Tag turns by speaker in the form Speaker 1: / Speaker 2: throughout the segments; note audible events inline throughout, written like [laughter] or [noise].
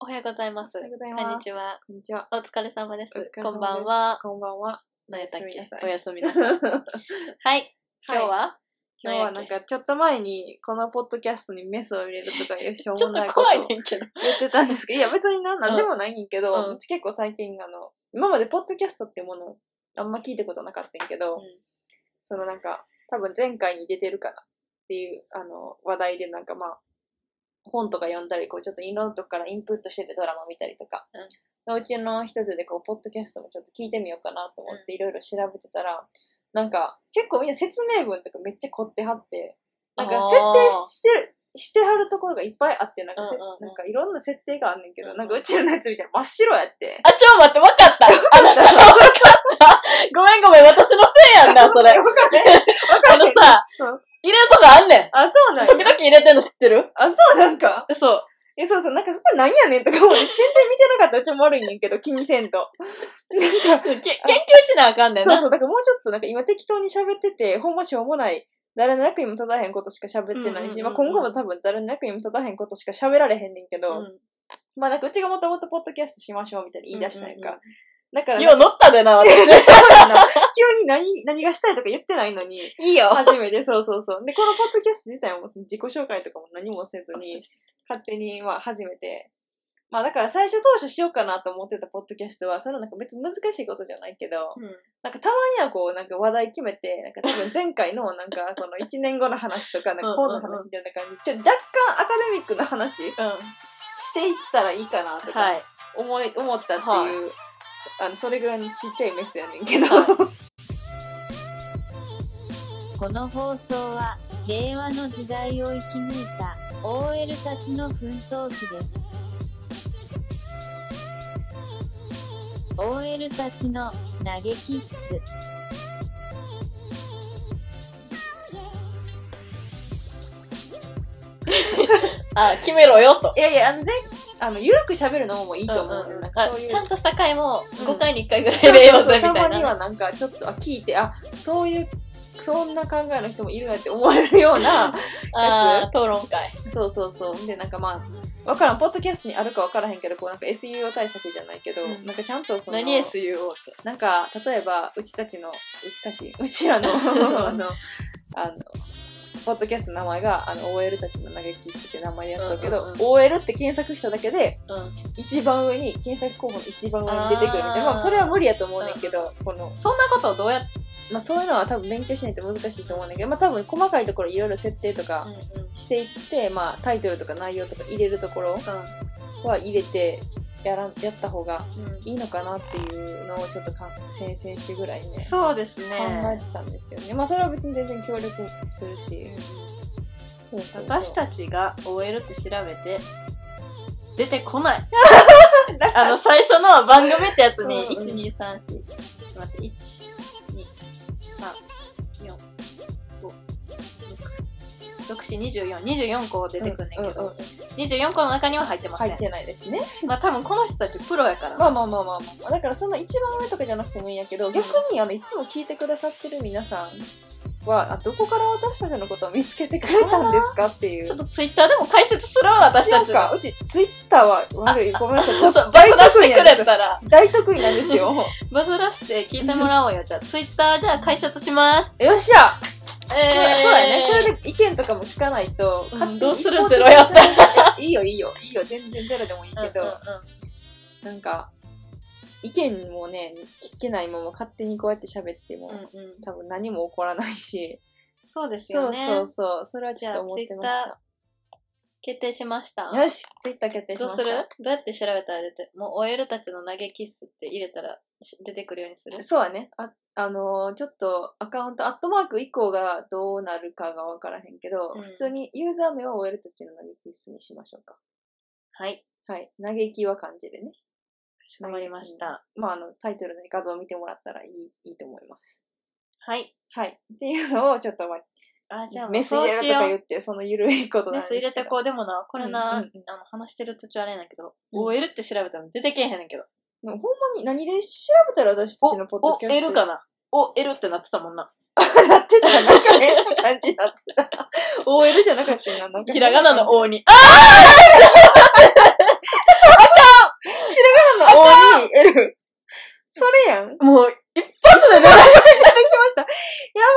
Speaker 1: おはようございます。
Speaker 2: おはようござい
Speaker 1: こん
Speaker 2: ま
Speaker 1: に
Speaker 2: す。
Speaker 1: ち。は。
Speaker 2: こんにちは。
Speaker 1: お疲れ様です。
Speaker 2: お疲れ様です
Speaker 1: こんばんは。
Speaker 2: こんば
Speaker 1: [laughs]
Speaker 2: んは。
Speaker 1: 何やったっけ
Speaker 2: おやすみなさい
Speaker 1: おやすみなさい。
Speaker 2: [laughs]
Speaker 1: はい。今日は、
Speaker 2: 今日はなんかちょっと前にこのポッドキャストにメスを入れるとかいうしょう
Speaker 1: ち
Speaker 2: も
Speaker 1: ょっ
Speaker 2: ない
Speaker 1: と
Speaker 2: ことを
Speaker 1: 怖いね
Speaker 2: 言
Speaker 1: んけど。
Speaker 2: ってたんで
Speaker 1: [laughs]
Speaker 2: すけど、いや別になんなんでもないんけど、
Speaker 1: うん
Speaker 2: うち結構最近あの、今までポッドキャストってものあんま聞いたことなかったんやけど、そのなんか多分前回に出てるかなっていうあの話題でなんかまあ本とか読んだりこうちょっといろんなとこからインプットしててドラマ見たりとか、のうちの一つでこうポッドキャストもちょっと聞いてみようかなと思っていろいろ調べてたら、なんか結構みんな説明文とかめっちゃ凝ってはってなんか
Speaker 1: あー
Speaker 2: 設定してる。してはるところがいっぱいあって、なんかせ、
Speaker 1: うんうんうん
Speaker 2: なんかいろんな設定があんねんけ
Speaker 1: う
Speaker 2: ど、
Speaker 1: んうん
Speaker 2: なんかうちのやつみたいに真っ白やって。
Speaker 1: あ、ちょ、待って、わかった。あのさ、わかった。ごめんごめん、私のせいやんな、
Speaker 2: [laughs]
Speaker 1: それ。
Speaker 2: わかんない。わか
Speaker 1: あ
Speaker 2: んな
Speaker 1: の
Speaker 2: い。
Speaker 1: さ
Speaker 2: うん、
Speaker 1: 入れるとこあんねん。
Speaker 2: あ、そうなん
Speaker 1: 時 [laughs]
Speaker 2: や。
Speaker 1: 々入れてんの知ってる
Speaker 2: あ、そうなんか。
Speaker 1: そう。
Speaker 2: え、そうそう、なんかそこ何やねんとか、俺全然見てなかったうちも悪いねんけど、気にせんと。なんか、
Speaker 1: け研究しなあかんねん
Speaker 2: そう
Speaker 1: な。
Speaker 2: そう、だからもうちょっとなんか今適当に喋ってて、ほんましょうもない、誰の役にも立たへんことしか喋っ
Speaker 1: うんう
Speaker 2: てない
Speaker 1: んうんう
Speaker 2: し、
Speaker 1: ん
Speaker 2: まあ今後も多分誰の役にも立たへんことしか喋られへんねんけど、
Speaker 1: うん
Speaker 2: まあなんかうちがもともとポッドキャストしましょうみたいに言い出したんやんか。
Speaker 1: うんうん
Speaker 2: だから、
Speaker 1: よう乗ったでな、私。 [laughs]
Speaker 2: なんか急に何、何がしたいとか言ってないのに、
Speaker 1: いいよ。
Speaker 2: 初めて、そうそうそう。で、このポッドキャスト自体もその自己紹介とかも何もせずに、勝手に、まあ、初めて。まあ、だから最初当初しようかなと思ってたポッドキャストは、それはなんか別に難しいことじゃないけど、
Speaker 1: うん
Speaker 2: なんかたまにはこう、なんか話題決めて、なんか多分前回のなん [laughs] かこの1年後の話とか、なんか今度の話みたいな感じ、ちょ、若干アカデミックな話
Speaker 1: う
Speaker 2: し
Speaker 1: ん。
Speaker 2: ていったらいいかなと
Speaker 1: は
Speaker 2: か
Speaker 1: い。
Speaker 2: 思い、思ったっていう、
Speaker 1: はい
Speaker 2: あの、それぐらいのちっちゃいメスやねんけど、
Speaker 3: この放送は令和の時代を生き抜いた OL たちの奮闘記です OL たちの嘆き室
Speaker 1: あ、決めろよ、と。
Speaker 2: いやいや、あの、ぜあの、ゆるく喋るのもいいと思う、ねんなんか
Speaker 1: あ
Speaker 2: そういう。
Speaker 1: ちゃんとした回も
Speaker 2: うん
Speaker 1: 5回に1回ぐらい
Speaker 2: そう
Speaker 1: でよ
Speaker 2: そううそ
Speaker 1: ぜ
Speaker 2: う
Speaker 1: みた
Speaker 2: た
Speaker 1: いな
Speaker 2: まにはなんかちょっとあ聞いてあそういうそんな考えの人もいるなって思われるよ
Speaker 1: [laughs]
Speaker 2: うな
Speaker 1: あー討論会
Speaker 2: そうそうそうでなんかまあわからんポッドキャストにあるかわからへんけどこうなんか SEO 対策じゃないけど、
Speaker 1: うん
Speaker 2: なんかちゃんとその
Speaker 1: 何 SUO って
Speaker 2: なんか例えばうちたちのうちたちう [laughs] ちら
Speaker 1: [laughs]
Speaker 2: のあのあのポッドキャストの名前があの OL たちの嘆き室って名前でやったけど、
Speaker 1: うんうんうん
Speaker 2: OL って検索しただけで
Speaker 1: うん
Speaker 2: 一番上に検索候補の一番上に出てくるみたいな
Speaker 1: あー
Speaker 2: まあ、それは無理やと思うねんけど、この
Speaker 1: そんなことをどうやって
Speaker 2: まあ、そういうのは多分勉強しないと難しいと思うんだけど、まあ、多分細かいところいろいろ設定とかしていって、まあ、タイトルとか内容とか入れるところは入れてやらんやった方がいいのかなっていうのをちょっとか先々週ぐらいね
Speaker 1: そうですね
Speaker 2: 考えてたんですよね。まあそれは別に全然協力するし、そうそうそう
Speaker 1: 私たちが OL って調べて出てこ
Speaker 2: [laughs]
Speaker 1: ないあの最初の番組ってやつに
Speaker 2: うんうん
Speaker 1: 1234待って123456 24個出てくんねんけ
Speaker 2: うんう
Speaker 1: ど
Speaker 2: ん、
Speaker 1: 24個の中には入ってませ
Speaker 2: 入
Speaker 1: ん
Speaker 2: ってないですね。
Speaker 1: まあ多分この人たちプロやから
Speaker 2: まあまあまあまあまあ。だからそんな一番上とかじゃなくてもいいんやけど、逆にあのいつも聞いてくださってる皆さんは、あどこから私たちのことを見つけてくれたんですかっていう。
Speaker 1: ちょっとツイッターでも解説するわ、私た
Speaker 2: し
Speaker 1: ち
Speaker 2: ようか
Speaker 1: の。
Speaker 2: うちツイッターは悪いごめんなさい
Speaker 1: そうバ
Speaker 2: 大
Speaker 1: ズらし
Speaker 2: 得意
Speaker 1: て
Speaker 2: な
Speaker 1: く
Speaker 2: んです
Speaker 1: れ
Speaker 2: よ
Speaker 1: たら、
Speaker 2: 大得意なんですよ
Speaker 1: バズらして聞いてもらおうよ。じゃあ、ツイッターじゃあ解説します。
Speaker 2: よっしゃ、
Speaker 1: えー、
Speaker 2: そうだねそれで意見とかも聞かないと、
Speaker 1: うん
Speaker 2: 勝手に
Speaker 1: どうする
Speaker 2: 一方
Speaker 1: ゼ
Speaker 2: 的に
Speaker 1: ロやった
Speaker 2: いやいいよいいよいいよ全然ゼロでもいいけど、
Speaker 1: うんうん
Speaker 2: なんか意見もね聞けないまま勝手にこうやって喋っても、
Speaker 1: うんうんうん
Speaker 2: 多分何も起こらないし、
Speaker 1: そうです
Speaker 2: そ
Speaker 1: よ
Speaker 2: う
Speaker 1: ね。
Speaker 2: そうそうそれはちょっと思っ
Speaker 1: じゃあ
Speaker 2: てまし
Speaker 1: 決定しました。
Speaker 2: たよしツイッター決定し
Speaker 1: ど
Speaker 2: ま
Speaker 1: う
Speaker 2: した
Speaker 1: するどうやって調べたら出て、もう OL たちの投げキッスって入れたらし出てくるようにする
Speaker 2: そうやね。あ、あのーちょっとアカウント、アットマーク以降がどうなるかがわからへんけど、
Speaker 1: うん
Speaker 2: 普通にユーザー名を OL たちの嘆き室にしましょうか。
Speaker 1: はい。
Speaker 2: はい。嘆きは漢字でね。
Speaker 1: わかりました。
Speaker 2: まあ、あの、タイトルの画像を見てもらったらいい、いいと思います。
Speaker 1: はい。
Speaker 2: はい。っていうのをちょっと、まあ、
Speaker 1: あ、じゃあも
Speaker 2: メ
Speaker 1: う
Speaker 2: ス入
Speaker 1: そう
Speaker 2: れる
Speaker 1: し
Speaker 2: と
Speaker 1: よ
Speaker 2: か
Speaker 1: う
Speaker 2: 言。って、そのゆるいことな
Speaker 1: メ
Speaker 2: んです
Speaker 1: ス
Speaker 2: け
Speaker 1: 入
Speaker 2: ど
Speaker 1: れてこうでもな、これ
Speaker 2: う
Speaker 1: な、
Speaker 2: んうんうん
Speaker 1: あの話してる途中あれなんやけど、
Speaker 2: うん
Speaker 1: OL って調べたら出てけえへんねんけど。
Speaker 2: でもほんまに何で調べたら私た
Speaker 1: お
Speaker 2: ちのポッドキャスト。
Speaker 1: お L かなお L ってなってたもんな。
Speaker 2: なってた。なんか変な感じになってた。OL じゃなかったよな。なんか
Speaker 1: ひらがなの O に。あ
Speaker 2: やん。
Speaker 1: もう、一発で出ない
Speaker 2: 出てきました。や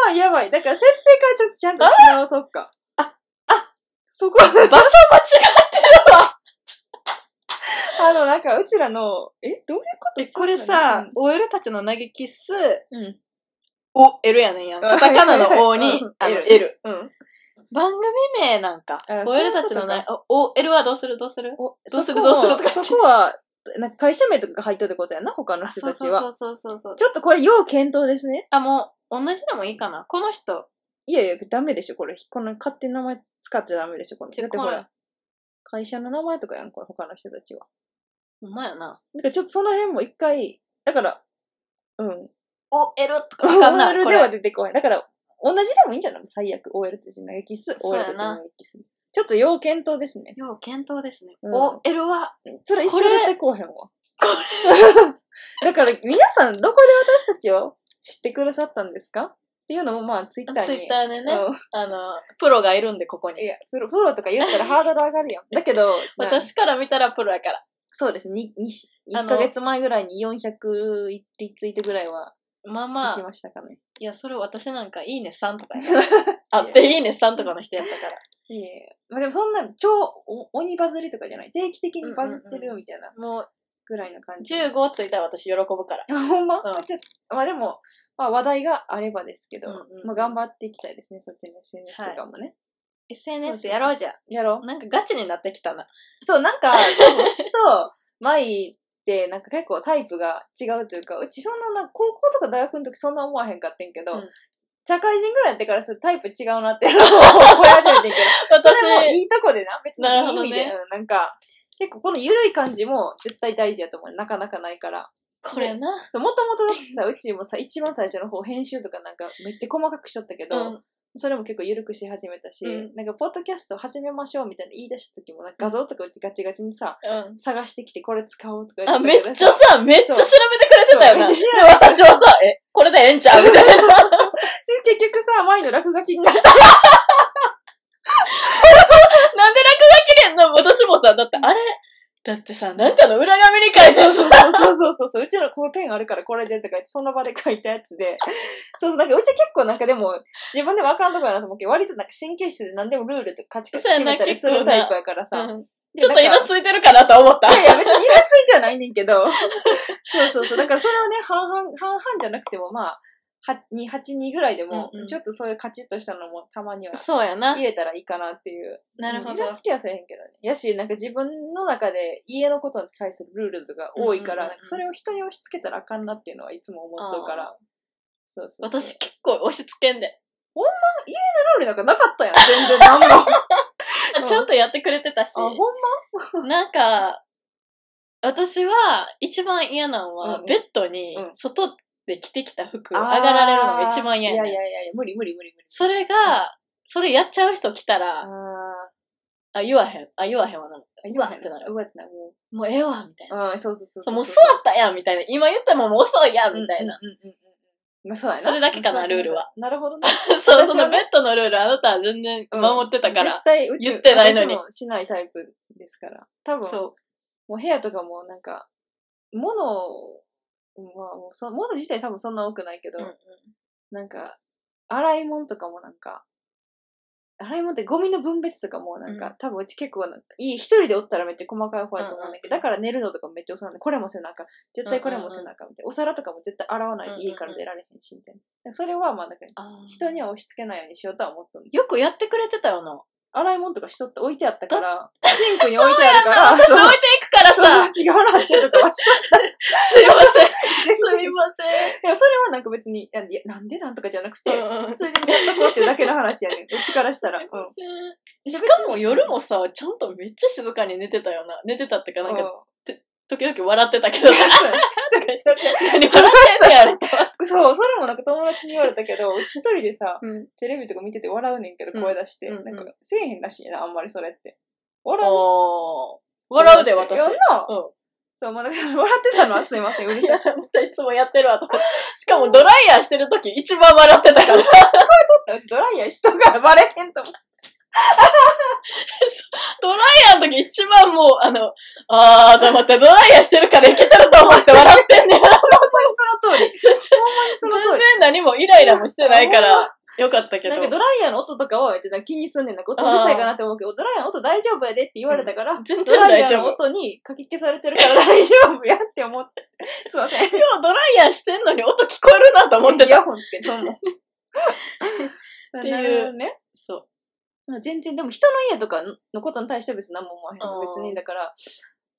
Speaker 2: ばいやばい。だから設定からちょっとちゃんとし直そうか。
Speaker 1: ああ
Speaker 2: そこ、
Speaker 1: 場所間違ってるわ。
Speaker 2: あの、なんか、うちらの、え、どういうこと
Speaker 1: え、これさ、、OL たちの嘆きす、
Speaker 2: うん。
Speaker 1: お、L やねんやん。カタカナの O に、あの、L。
Speaker 2: うん。
Speaker 1: 番組名なんか
Speaker 2: あ。そうい
Speaker 1: OL
Speaker 2: う
Speaker 1: た
Speaker 2: ことか
Speaker 1: ちのな、お、L はどうするどうする
Speaker 2: お
Speaker 1: どうする
Speaker 2: そこは
Speaker 1: どうするとか言って
Speaker 2: そこは、なんか会社名とかが入っとるってことやな、他の人
Speaker 1: そう
Speaker 2: たち
Speaker 1: そ
Speaker 2: は。
Speaker 1: うそうそうそう。
Speaker 2: ちょっとこれ、要検討ですね。
Speaker 1: あ、もう、同じでもいいかな。この人、
Speaker 2: いやいや、ダメでしょ、これ。この勝手に名前使っちゃダメでしょ、この。
Speaker 1: ちょ
Speaker 2: だってほ
Speaker 1: こ
Speaker 2: ら
Speaker 1: れ、
Speaker 2: 会社の名前とかやん、これ、他の人たちは。
Speaker 1: ほんまやな。
Speaker 2: だからちょっとその辺も一回、だから、うん。
Speaker 1: お、L とかわかんない。
Speaker 2: OL
Speaker 1: こ
Speaker 2: では
Speaker 1: れ
Speaker 2: 出てこない。だから、同じでもいいんじゃない最悪。OL たちの激す、
Speaker 1: そう
Speaker 2: OL
Speaker 1: やな
Speaker 2: たちの激す。ちょっと要検討ですね。
Speaker 1: 要検討ですね。
Speaker 2: うん
Speaker 1: お、L は、
Speaker 2: それ一
Speaker 1: こ
Speaker 2: 緒
Speaker 1: れ
Speaker 2: で出てこうへんわ。 [laughs] だから、皆さん、どこで私たちを知ってくださったんですかっていうのも、まあ、ツイッター
Speaker 1: ツ
Speaker 2: に。
Speaker 1: イッターでね、
Speaker 2: うん
Speaker 1: あの、プロがいるんで、ここに
Speaker 2: い。や、プロ、プロとか言ったらハードル上がるやん。だけど、
Speaker 1: [laughs]
Speaker 2: な
Speaker 1: 私から見たらプロやから。
Speaker 2: そうですね。にに
Speaker 1: あ
Speaker 2: 1
Speaker 1: の
Speaker 2: ヶ月前ぐらいに400リツイートぐらいは
Speaker 1: まあまあ
Speaker 2: 行き、ましたかね。
Speaker 1: いや、それ私なんか、いいね3とかや
Speaker 2: [laughs]
Speaker 1: から。あって、いいね3とかの人やったから。
Speaker 2: いえいえ。まあでもそんな、超お鬼バズりとかじゃない。定期的にバズってるみたいな
Speaker 1: もう、
Speaker 2: ぐらいの感じ。
Speaker 1: 15ついたら私喜ぶから。
Speaker 2: [laughs] ほんま、
Speaker 1: うん
Speaker 2: ちょっとまあでも、まあ話題があればですけど、
Speaker 1: うんうん
Speaker 2: まあ頑張っていきたいですね。そっちの SNS とかもね。
Speaker 1: SNS やろうじゃん。
Speaker 2: やろう。
Speaker 1: なんかガチになってきたな。
Speaker 2: そう、なんか、多分うちと、マイって、なんか結構タイプが違うというか、うちそんなな、高校とか大学の時そんな思わへんかってんけど、
Speaker 1: うん
Speaker 2: 社会人ぐらいやってからさ、タイプ違うなっていうのを [laughs] 思い始めてんけど、それも
Speaker 1: 私、
Speaker 2: いいとこ
Speaker 1: [laughs]
Speaker 2: でな、別に
Speaker 1: なるほ
Speaker 2: い
Speaker 1: どね
Speaker 2: い意味で、うんなんか、結構この緩い感じも絶対大事やと思う。なかなかないから。
Speaker 1: これな。
Speaker 2: そう、もともとだって
Speaker 1: [laughs]
Speaker 2: さ、うちもさ、一番最初の方、編集とかなんかめっちゃ細かくしとったけど、
Speaker 1: うん。
Speaker 2: それも結構緩くし始めたし、
Speaker 1: うん
Speaker 2: なんか、ポッドキャスト始めましょうみたいな言い出した時も、なんか画像とかうちガチガチにさ、
Speaker 1: うん。
Speaker 2: 探してきてこれ使おうとか
Speaker 1: あ、
Speaker 2: 言
Speaker 1: め
Speaker 2: て
Speaker 1: ったちゃさ、めっちゃ調べてくれてたよな。
Speaker 2: そうめ
Speaker 1: で
Speaker 2: っちゃ調、
Speaker 1: 私はさ、え、これでええんちゃうみたいな。 [laughs]
Speaker 2: で結局さ前の落書きになった
Speaker 1: なんで落書きでんの私もさ、だってあれ、だってさ、なんかの裏紙に書いて
Speaker 2: そう
Speaker 1: さ、
Speaker 2: そうそうそうそうそううちのこのペンあるからこれでとか言ってその場で書いたやつでそうそうなんかうち結構なんかでも自分で分からんとこやなと思うけど割となんか神経質で何でもルールとかカチカチ決めたりす
Speaker 1: そうや
Speaker 2: る
Speaker 1: な結構な
Speaker 2: タイプやからさ、
Speaker 1: うん
Speaker 2: で
Speaker 1: ちょっと
Speaker 2: なんか
Speaker 1: 色ついてるかなと思った
Speaker 2: い。やいや、別にイラついてはないねんけど。そうそうそう。だからそれをね、半々、半々じゃなくても、まあ、8、8、2ぐらいでも、
Speaker 1: うんうん
Speaker 2: ちょっとそういうカチッとしたのもたまには
Speaker 1: そうやな
Speaker 2: 入。れたらいいかなっていう。
Speaker 1: なるほ
Speaker 2: うん
Speaker 1: ど
Speaker 2: 色。付きはせえへんけどね。やし、なんか自分の中で家のことに対するルールとか多いから、
Speaker 1: うんうんうんうん
Speaker 2: なんかそれを人に押し付けたらあかんなっていうのはいつも思っとうから。そうそうそう。
Speaker 1: 私結構押し付けんで。
Speaker 2: ルールなんかなかったやん。全然何も。あ、
Speaker 1: あ
Speaker 2: うん
Speaker 1: ちゃんとやってくれてたし、
Speaker 2: ほんま
Speaker 1: なんか、私は一番嫌なの
Speaker 2: うん
Speaker 1: は
Speaker 2: う、ん
Speaker 1: ベッドに
Speaker 2: うん
Speaker 1: 外で着てきた服上がられるのが一番嫌や
Speaker 2: いやい
Speaker 1: ねん。
Speaker 2: やいやいや、無理無理無理無理。
Speaker 1: それが、それやっちゃう人来た
Speaker 2: あ
Speaker 1: ら、
Speaker 2: あ
Speaker 1: あ、言わへん、あ、言わへんわな。言わへんってなる。
Speaker 2: うわってなる。も
Speaker 1: もうええわ、みたいな。
Speaker 2: ううん、そうそうそう
Speaker 1: そうもう座ったやんみたいな。今言ってももう遅いやんみたいな。
Speaker 2: うんうんうんうんうん。まあそうやな。
Speaker 1: それだけかな
Speaker 2: そう
Speaker 1: ルールは。
Speaker 2: なるほどね。
Speaker 1: [laughs] そう、
Speaker 2: 私はね
Speaker 1: そのベッドのルールあなたは全然守ってたか
Speaker 2: 絶
Speaker 1: ら。
Speaker 2: 対うち
Speaker 1: 言ってないのに
Speaker 2: 私もしないタイプですから。多分、
Speaker 1: そ
Speaker 2: もう部屋とかもなんか、物を、まあ、もうそ物自体多分そんな多くないけど、
Speaker 1: う。うんうん
Speaker 2: なんか、洗い物とかもなんか、洗い物ってゴミの分別とかもなんか、
Speaker 1: うん
Speaker 2: 多分うち結構なんか、いい、一人でおったらめっちゃ細かい方やと思うんだ
Speaker 1: うんうん
Speaker 2: けど、
Speaker 1: うん
Speaker 2: だから寝るのとかもめっちゃ遅なんで、これも背中、絶対これも背中みたいな、お皿とかも絶対洗わないと家から出られへんし、みたいな。それはまあ、なんか、
Speaker 1: あー
Speaker 2: 人には押し付けないようにしようとは思ったの。
Speaker 1: よくやってくれてたよな。
Speaker 2: 洗い物とかしとって置いてあったから、シンクに置いてあ
Speaker 1: [laughs]
Speaker 2: るから、
Speaker 1: 私置い
Speaker 2: そう
Speaker 1: ていくから
Speaker 2: [laughs] そう
Speaker 1: さ、
Speaker 2: 違うなってとかはしとった。
Speaker 1: すいません。 [laughs]
Speaker 2: 全
Speaker 1: す
Speaker 2: 然。
Speaker 1: い
Speaker 2: い
Speaker 1: ませ
Speaker 2: や、それはなんか別に、なんでなんでなんとかじゃなくて、
Speaker 1: ん。うんうん
Speaker 2: それでやっとこうってだけの話
Speaker 1: [laughs]
Speaker 2: やねん。うちからしたら。うん。
Speaker 1: しかも夜もさ、ちゃんとめっちゃ静かに寝てたよな。寝てたってか、なん
Speaker 2: う
Speaker 1: か、時々笑ってた [laughs] けど、なんか何笑ってんね
Speaker 2: ん [laughs] そう、それもなんか友達に言われたけど、うち一人でさ、
Speaker 1: やろ。
Speaker 2: テレビとか見てて笑うねんけど、
Speaker 1: うん
Speaker 2: 声出して。
Speaker 1: うんうん
Speaker 2: なんか、せえへんらしいな、あんまりそれって。笑う。
Speaker 1: おー。笑うで、
Speaker 2: い
Speaker 1: 私。
Speaker 2: や
Speaker 1: うん
Speaker 2: な。そう、まあだ [laughs] から笑ってたのはすいません、うる
Speaker 1: い
Speaker 2: さ
Speaker 1: や、 [laughs]
Speaker 2: いし。
Speaker 1: いつもやってるわと思って。 [laughs] しかもドライヤーしてる時一番笑ってたから。
Speaker 2: うちドライヤーしとくからバレへんと思って。
Speaker 1: ドライヤーの時一番もう、あの、あー、黙ってドライヤーしてるからいけてると思って笑ってんねん。
Speaker 2: 本当にその通り。
Speaker 1: 全然
Speaker 2: ほんまにその通り。
Speaker 1: 何もイライラもしてないから、よかったけど。
Speaker 2: なんかドライヤーの音とかは別に気にすんねんなんか音うるさいかなって思うけど、ドライヤーの音大丈夫やでって言われたから、
Speaker 1: 全然
Speaker 2: ドライ
Speaker 1: 大
Speaker 2: ヤー
Speaker 1: 丈
Speaker 2: の
Speaker 1: 夫。
Speaker 2: 音にかき消されてるから大丈夫やって思 [laughs] って。すいません。
Speaker 1: 今日ドライヤーしてんのに音聞こえるなと思って
Speaker 2: [laughs] イヤ
Speaker 1: た。
Speaker 2: ホンつけてんの。
Speaker 1: ていう
Speaker 2: なるほどね。
Speaker 1: そう。
Speaker 2: 全然、でも人の家とかのことに対しては別に何も思わへんの。
Speaker 1: うん
Speaker 2: 別に、だから、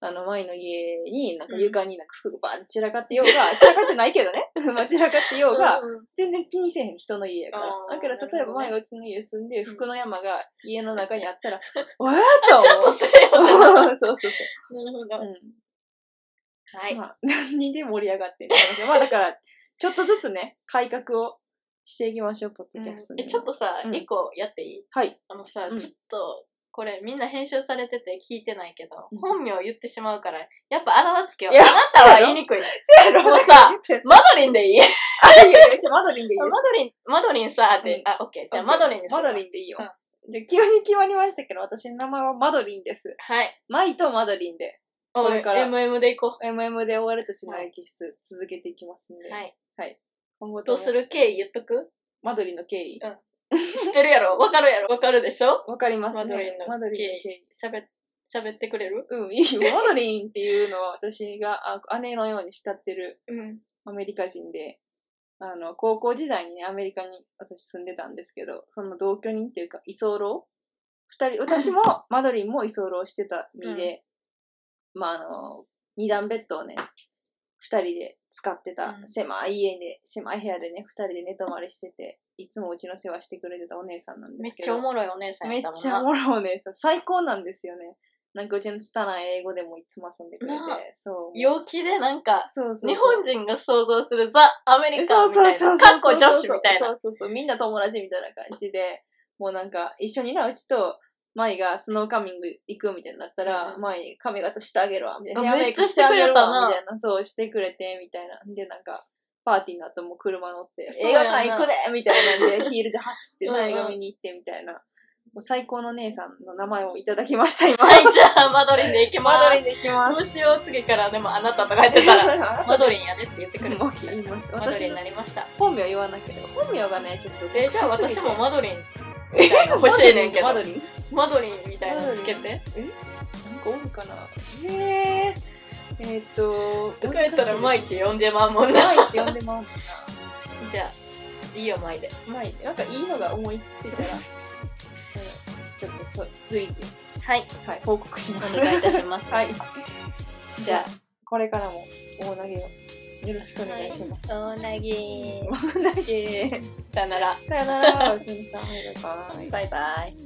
Speaker 2: あの、前の家に、なんか床になんか服がバン散らかってようが、散らかってないけどね。 [laughs] まあ散らかってようが、全然気にせえへん人の家やから
Speaker 1: あ。ー
Speaker 2: だから、例えば前がうちの家住ん
Speaker 1: ど
Speaker 2: で、
Speaker 1: ね
Speaker 2: 服の山が家の中に
Speaker 1: [laughs]
Speaker 2: あったら、わーっと
Speaker 1: ちょっ
Speaker 2: 思
Speaker 1: と
Speaker 2: う
Speaker 1: せえよ。
Speaker 2: そうそうそう。
Speaker 1: なるほど。
Speaker 2: うん
Speaker 1: はい。
Speaker 2: まあ、 [laughs] 何で盛り上がってるのまあだから、ちょっとずつね、改革をしていきましょう、ポッドキャストに
Speaker 1: え
Speaker 2: は。
Speaker 1: ちょっとさ、
Speaker 2: うん
Speaker 1: 一個やっていい
Speaker 2: はい。
Speaker 1: あのさ、
Speaker 2: うん
Speaker 1: ちょっと、これみんな編集されてて聞いてないけど
Speaker 2: うん、
Speaker 1: 本名言ってしまうから、やっぱあだ名つけよう。
Speaker 2: いや
Speaker 1: あなたは言いにくい。
Speaker 2: せやろ
Speaker 1: もう
Speaker 2: [laughs]
Speaker 1: さ、
Speaker 2: 言ってんの
Speaker 1: マドリンでいいあ
Speaker 2: あ、いやいや、じゃあマドリンでいい
Speaker 1: マ
Speaker 2: で
Speaker 1: ドリン、マドリンさ、って、
Speaker 2: うん
Speaker 1: あ、オッケー。
Speaker 2: す。
Speaker 1: じゃあマドリンにする
Speaker 2: マドリンでいいよ。
Speaker 1: うん
Speaker 2: じゃあ急に決まりましたけど、私の名前はマドリンです。
Speaker 1: はい。
Speaker 2: マイとマドリンで、
Speaker 1: こ
Speaker 2: れから
Speaker 1: MM でいこ
Speaker 2: MM で終わるたちのエキス続けていきますん
Speaker 1: う。
Speaker 2: で。
Speaker 1: はい。
Speaker 2: 今後と
Speaker 1: ど
Speaker 2: も
Speaker 1: うする経緯言っとく
Speaker 2: マドリンの経緯。
Speaker 1: 知ってるやろわかるやろわかるでしょ
Speaker 2: わかりますね。
Speaker 1: マドリンの経緯
Speaker 2: マドリンの経緯。
Speaker 1: 喋、喋ってくれる
Speaker 2: うん、い
Speaker 1: [laughs]
Speaker 2: いよ。マドリンっていうのは私があ姉のように慕ってる
Speaker 1: うん。
Speaker 2: アメリカ人で、あの、高校時代にね、アメリカに私住んでたんですけど、その同居人っていうか、居候二人、
Speaker 1: [laughs]
Speaker 2: 私もマドリンも居候してた身で、まあ、あの、二段ベッドをね、二人で使ってた
Speaker 1: う、ん
Speaker 2: 狭い家で、狭い部屋でね、二人で寝泊まりしてて、いつもうちの世話してくれてたお姉さんなんで
Speaker 1: めっ
Speaker 2: すけ
Speaker 1: ちゃ
Speaker 2: ど。
Speaker 1: おもろいお姉さん
Speaker 2: め
Speaker 1: や
Speaker 2: っ
Speaker 1: った
Speaker 2: ちゃ
Speaker 1: も
Speaker 2: お
Speaker 1: んな。
Speaker 2: もろいお姉さん。最高なんですよね。なんかうちの拙い英語でもいつも遊んでくれて
Speaker 1: なあ、
Speaker 2: そう。
Speaker 1: 陽気でなんか、
Speaker 2: そうそうそう。
Speaker 1: 日本人が想像するザ・アメリカ
Speaker 2: そう
Speaker 1: ンみた
Speaker 2: そう
Speaker 1: い
Speaker 2: そ
Speaker 1: な。
Speaker 2: う。
Speaker 1: かっこ女子みたいな。
Speaker 2: そうそうそう。みんな友達みたいな感じで、もうなんか、一緒にな、うちと、舞がスノーカミング行くみたいになった
Speaker 1: うん
Speaker 2: ら、
Speaker 1: うん
Speaker 2: 舞に髪型してあげるわ、みたいな。
Speaker 1: あ
Speaker 2: ヘアメイクしてあげるわ、みたいな。そう、してくれて、みたいな。で、なんか、パーティーの後もう車乗って、
Speaker 1: そう
Speaker 2: 映
Speaker 1: や
Speaker 2: 画
Speaker 1: な
Speaker 2: 館行くでみたいなんで、ヒールで走って
Speaker 1: うんうん
Speaker 2: 前髪に行って、みたいな。もう最高の姉さんの名前をいただきまし
Speaker 1: [laughs]
Speaker 2: た、今。
Speaker 1: はい、
Speaker 2: [laughs]
Speaker 1: じゃあ、マドリンで行きます。
Speaker 2: マド [laughs] リンで行きま
Speaker 1: どう
Speaker 2: す。
Speaker 1: しよう、次からでもあなたとか言ってたら、 [laughs]
Speaker 2: [laughs]
Speaker 1: マドリンやねって言ってくれる。
Speaker 2: OK 言います。
Speaker 1: マドリン
Speaker 2: 私
Speaker 1: に、なりました。
Speaker 2: 本名言わなきゃ。本名がね、ちょっと
Speaker 1: [laughs] え、
Speaker 2: 特殊すぎて。
Speaker 1: じゃあ私もマドリン、みたいな欲しいねんけど
Speaker 2: [laughs] マドリン
Speaker 1: マドリンみたいなのつけて。
Speaker 2: なんかおるかなえー、えー、っと、
Speaker 1: とかやったらマ
Speaker 2: イ。
Speaker 1: イって呼んでまうもんな。
Speaker 2: マイって呼んでまうもん [laughs]
Speaker 1: じゃあ、いいよ、マイで。
Speaker 2: な。マイ、なんかいいのが思いついたら、うんちょっとそ随時、
Speaker 1: はい、
Speaker 2: はい、報告し
Speaker 1: お
Speaker 2: ます。
Speaker 1: 願いいたします。
Speaker 2: はい。
Speaker 1: じゃあ、
Speaker 2: これからも大投げをよろしくお願いします。
Speaker 3: 大投げ
Speaker 2: 大投げ。
Speaker 1: さよなら。 [laughs]
Speaker 2: さよなら、おやすみさん。バイバイ。
Speaker 1: バイバイ。